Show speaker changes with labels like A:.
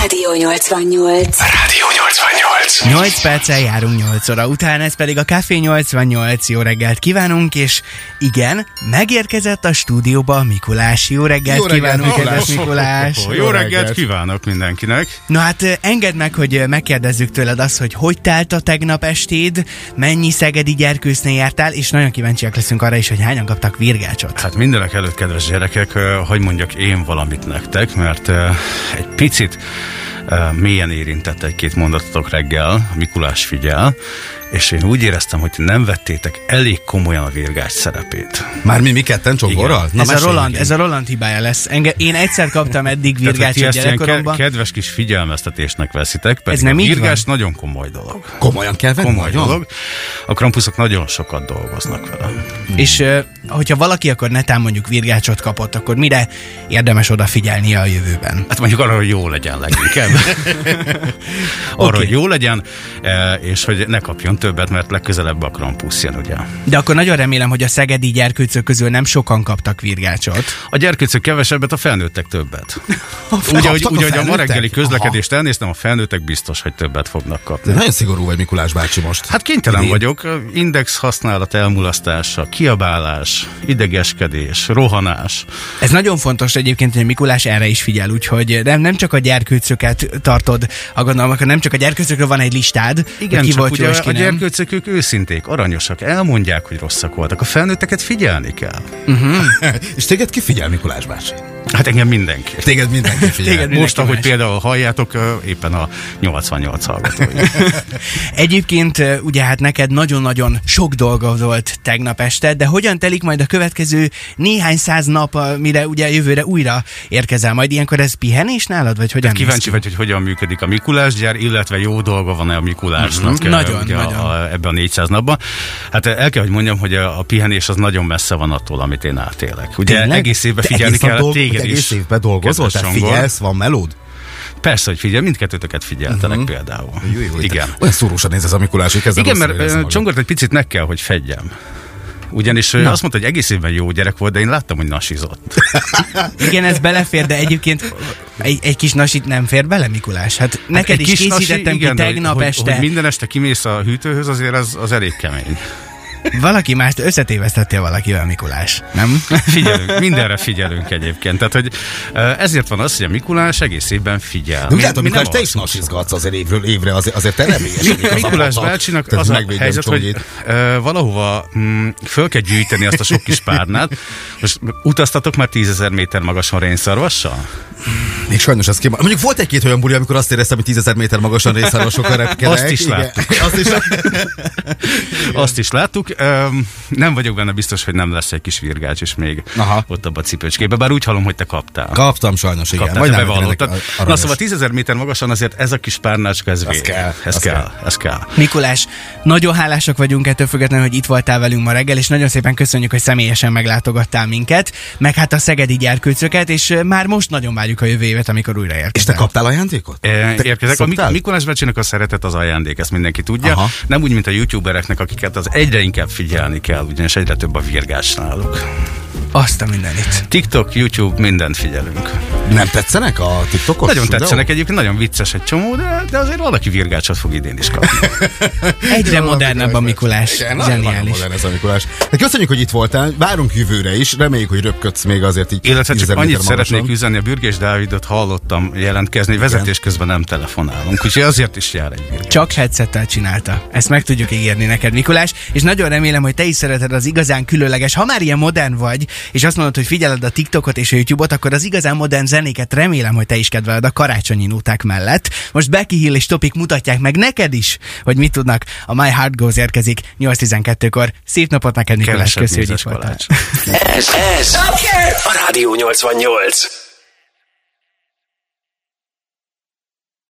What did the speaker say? A: Rádió 88.
B: Rádió 88.
C: 8 perccel járunk 8 óra után, ez pedig a Café 88. Jó reggelt kívánunk, és igen, megérkezett a stúdióba a Mikulás. Jó reggelt
D: Jó reggelt,
C: kívánunk,
D: Mikulás.
C: kedves Mikulás!
E: Jó, Jó reggelt.
D: reggelt.
E: reggelt kívánok mindenkinek!
C: Na hát ö, engedd meg, hogy ö, megkérdezzük tőled azt, hogy hogy telt a tegnap estéd, mennyi szegedi gyerkősznél jártál, és nagyon kíváncsiak leszünk arra is, hogy hányan kaptak virgácsot.
E: Hát mindenek előtt, kedves gyerekek, ö, hogy mondjak én valamit nektek, mert ö, egy picit ö, mélyen érintett egy-két mondatotok reggel, Mikulás figyel, és én úgy éreztem, hogy ti nem vettétek elég komolyan a virgács szerepét.
D: Már mi, mi ketten csongorral?
C: Na, ez, a Roland, ez a Roland hibája lesz. Enge, én egyszer kaptam eddig
E: Tehát, hogy ti
C: virgácsot
E: ezt ilyen
C: gyerekkoromban.
E: ke- kedves kis figyelmeztetésnek veszitek, pedig
C: Ez nem
E: a
C: így
E: virgás nagyon komoly dolog.
D: Komolyan kell venni?
E: Komoly
D: Nagyon?
E: dolog. A krampuszok nagyon sokat dolgoznak vele.
C: Hmm. És ö, hogyha valaki akkor netán mondjuk virgácsot kapott, akkor mire érdemes odafigyelnie a jövőben?
E: Hát mondjuk arra, hogy jó legyen leginkább. arra,
C: Oké.
E: hogy jó legyen, eh, és hogy ne kapjon többet, mert legközelebb a Krampus jön, ugye.
C: De akkor nagyon remélem, hogy a szegedi gyerkőcök közül nem sokan kaptak virgácsot.
E: A gyerkőcök kevesebbet, a felnőttek többet. Ugye,
D: Kaptak
E: hogy,
D: a
E: úgy, hogy a ma
D: felnőttek?
E: reggeli közlekedést elnéztem, a felnőttek biztos, hogy többet fognak
D: Te
E: kapni.
D: nagyon szigorú vagy Mikulás bácsi most.
E: Hát kénytelen
D: Idén.
E: vagyok. Index használat elmulasztása, kiabálás, idegeskedés, rohanás.
C: Ez nagyon fontos egyébként, hogy Mikulás erre is figyel, úgyhogy nem, nem csak a gyerkőcöket tartod a gondolom, akkor nem csak a gyerkőcökről van egy listád,
E: Igen,
C: hogy ki
E: csak
C: volt
E: ugye
C: jó, és ki
E: a
C: nem.
E: gyerkőcök ők őszinték, aranyosak, elmondják, hogy rosszak voltak. A felnőtteket figyelni kell.
D: És téged ki figyel Mikulás bácsi?
E: Hát engem mindenki.
D: Téged mindenki figyel.
C: Téged
E: Most,
C: mindenki
E: ahogy
C: más.
E: például halljátok, ö, éppen a 88 hallgatói.
C: Egyébként ö, ugye hát neked nagyon-nagyon sok dolga volt tegnap este, de hogyan telik majd a következő néhány száz nap, ö, mire ugye jövőre újra érkezel majd? Ilyenkor ez pihenés nálad, vagy hogyan néz ki?
E: Hát Kíváncsi vagy, hogy hogyan működik a Mikulás gyár, illetve jó dolga van-e a Mikulásnak
D: Mm,
C: Mhm.
E: ö,
C: Nagyon,
E: ugye
C: nagyon.
E: A, a, ebben a 400 napban. Hát ö, el kell, hogy mondjam, hogy a, a pihenés az nagyon messze van attól, amit én átélek. Ugye
C: Tényleg?
E: egész évben
D: Te
E: figyelni
D: egész nap
E: kell,
D: dolgo-
E: téged
D: te
E: is.
D: Egész évben dolgozol,
E: kedves
D: te
E: Csongor.
D: figyelsz, van melód?
E: Persze, hogy figyel, mindkettőtöket figyeltelek
D: Mhm.
E: például. Igen. Hát
D: Olyan szúrósan néz ez a Mikulás, hogy kezdem
E: Igen,
D: rosszul
E: mert
D: érezni
E: ö,
D: magam.
E: Csongort egy picit meg kell, hogy fedjem. Ugyanis Na. azt mondta, hogy egész évben jó gyerek volt, de én láttam, hogy nasizott.
C: Igen, ez belefér, de egyébként egy, egy kis nasit nem fér bele, Mikulás. Hát neked
E: Egy
C: is
E: kis nasi,
C: készítettem
E: igen,
C: ki
E: de hogy-
C: tegnap
E: hogy,
C: este.
E: Hogy minden este kimész a hűtőhöz, azért az, az elég kemény.
C: Valaki mást összetévesztettél valakivel, Mikulás, nem?
E: Figyelünk, mindenre figyelünk egyébként. Tehát, hogy ö, ezért van az, hogy a Mikulás egész évben figyel.
D: De úgy
E: nem
D: látom, Mikulás, te is
E: alszunk.
D: nasizgatsz azért évről évre, azért, azért te
E: Mi-
D: remélyesedik az
E: Mikulás
D: ablakba.
E: bácsinak
D: Tehát
E: az a
D: megvédem
E: helyzet, hogy
D: Csongit.
E: ö, valahova mm, föl kell gyűjteni azt a sok kis párnát. Most utaztatok már tízezer méter magasan rénszarvassal?
D: Még sajnos ez kimaradt. Mondjuk volt egy-két olyan buli, amikor azt éreztem, hogy tízezer méter magasan részárosok repkedek.
E: Azt is
D: Igen.
E: láttuk.
D: Azt is
E: Azt is láttuk. Öm, nem vagyok benne biztos, hogy nem lesz egy kis virgács is még
D: Aha.
E: Aha. ott abba a cipőcskébe, bár úgy hallom, hogy te kaptál.
D: Kaptam sajnos, igen.
E: Kaptál, te
D: nem,
E: bevallottad.
D: ennek a-
E: Na
D: aranyos.
E: szóval 10 000 méter magasan azért ez a kis párnácska, ez vér.
D: kell,
E: Ez
D: az
E: kell,
D: kell.
E: ez kell.
C: Mikulás, nagyon hálásak vagyunk ettől függetlenül, hogy itt voltál velünk ma reggel, és nagyon szépen köszönjük, hogy személyesen meglátogattál minket, meg hát a szegedi gyerkőcöket, és ö, már most nagyon várjuk a jövő évet, amikor újra
D: És te
C: érkezel.
D: kaptál ajándékot?
E: E,
D: Te
E: Érkezek. A Mik-
D: szoktál?
E: Mikulás bácsinak a szeretet az ajándék, ezt mindenki tudja.
D: Aha.
E: Aha. Nem úgy, mint a youtubereknek, akiket az egyre inkább figyelni kell, ugyanis egyre több a virgás náluk.
C: Azt a mindenit.
E: TikTok, YouTube, mindent figyelünk.
D: Nem tetszenek a TikTokos?
E: Nagyon
D: videók?
E: tetszenek egyébként, nagyon vicces egy csomó, de, de azért valaki virgácsot fog idén is kapni.
C: Egyre
D: Jó,
C: modernabb a Mikulás.
D: Igen, nagyon- nagyon
C: Zseniális.
D: modern ez a Mikulás. De köszönjük, hogy itt voltál. Várunk jövőre is. Reméljük, hogy röpködsz még azért így.
E: Illetve csak
D: 10
E: annyit
D: méter magasan.
E: szeretnék üzenni, a Bürgés Dávidot hallottam jelentkezni, hogy vezetés közben nem telefonálunk, úgyhogy azért is jár egy Bürgés.
C: Csak headsettel csinálta. Ezt meg tudjuk ígérni neked, Mikulás, és nagyon remélem, hogy te is szereted az igazán különleges. Ha már ilyen modern vagy, és azt mondod, hogy figyeled a TikTokot és a YouTube-ot, akkor az igazán modern zenéket remélem, hogy te is kedveled a karácsonyi nóták mellett. Most Becky Hill és Topik mutatják meg neked is, hogy mit tudnak. A My Heart Goes érkezik 8.12-kor. Szép napot neked, Mikulás.
E: Kevesebb
C: Köszönjük, hogy
E: mézes
C: itt voltál.
E: kalács.
B: Ez, ez a Rádió 88.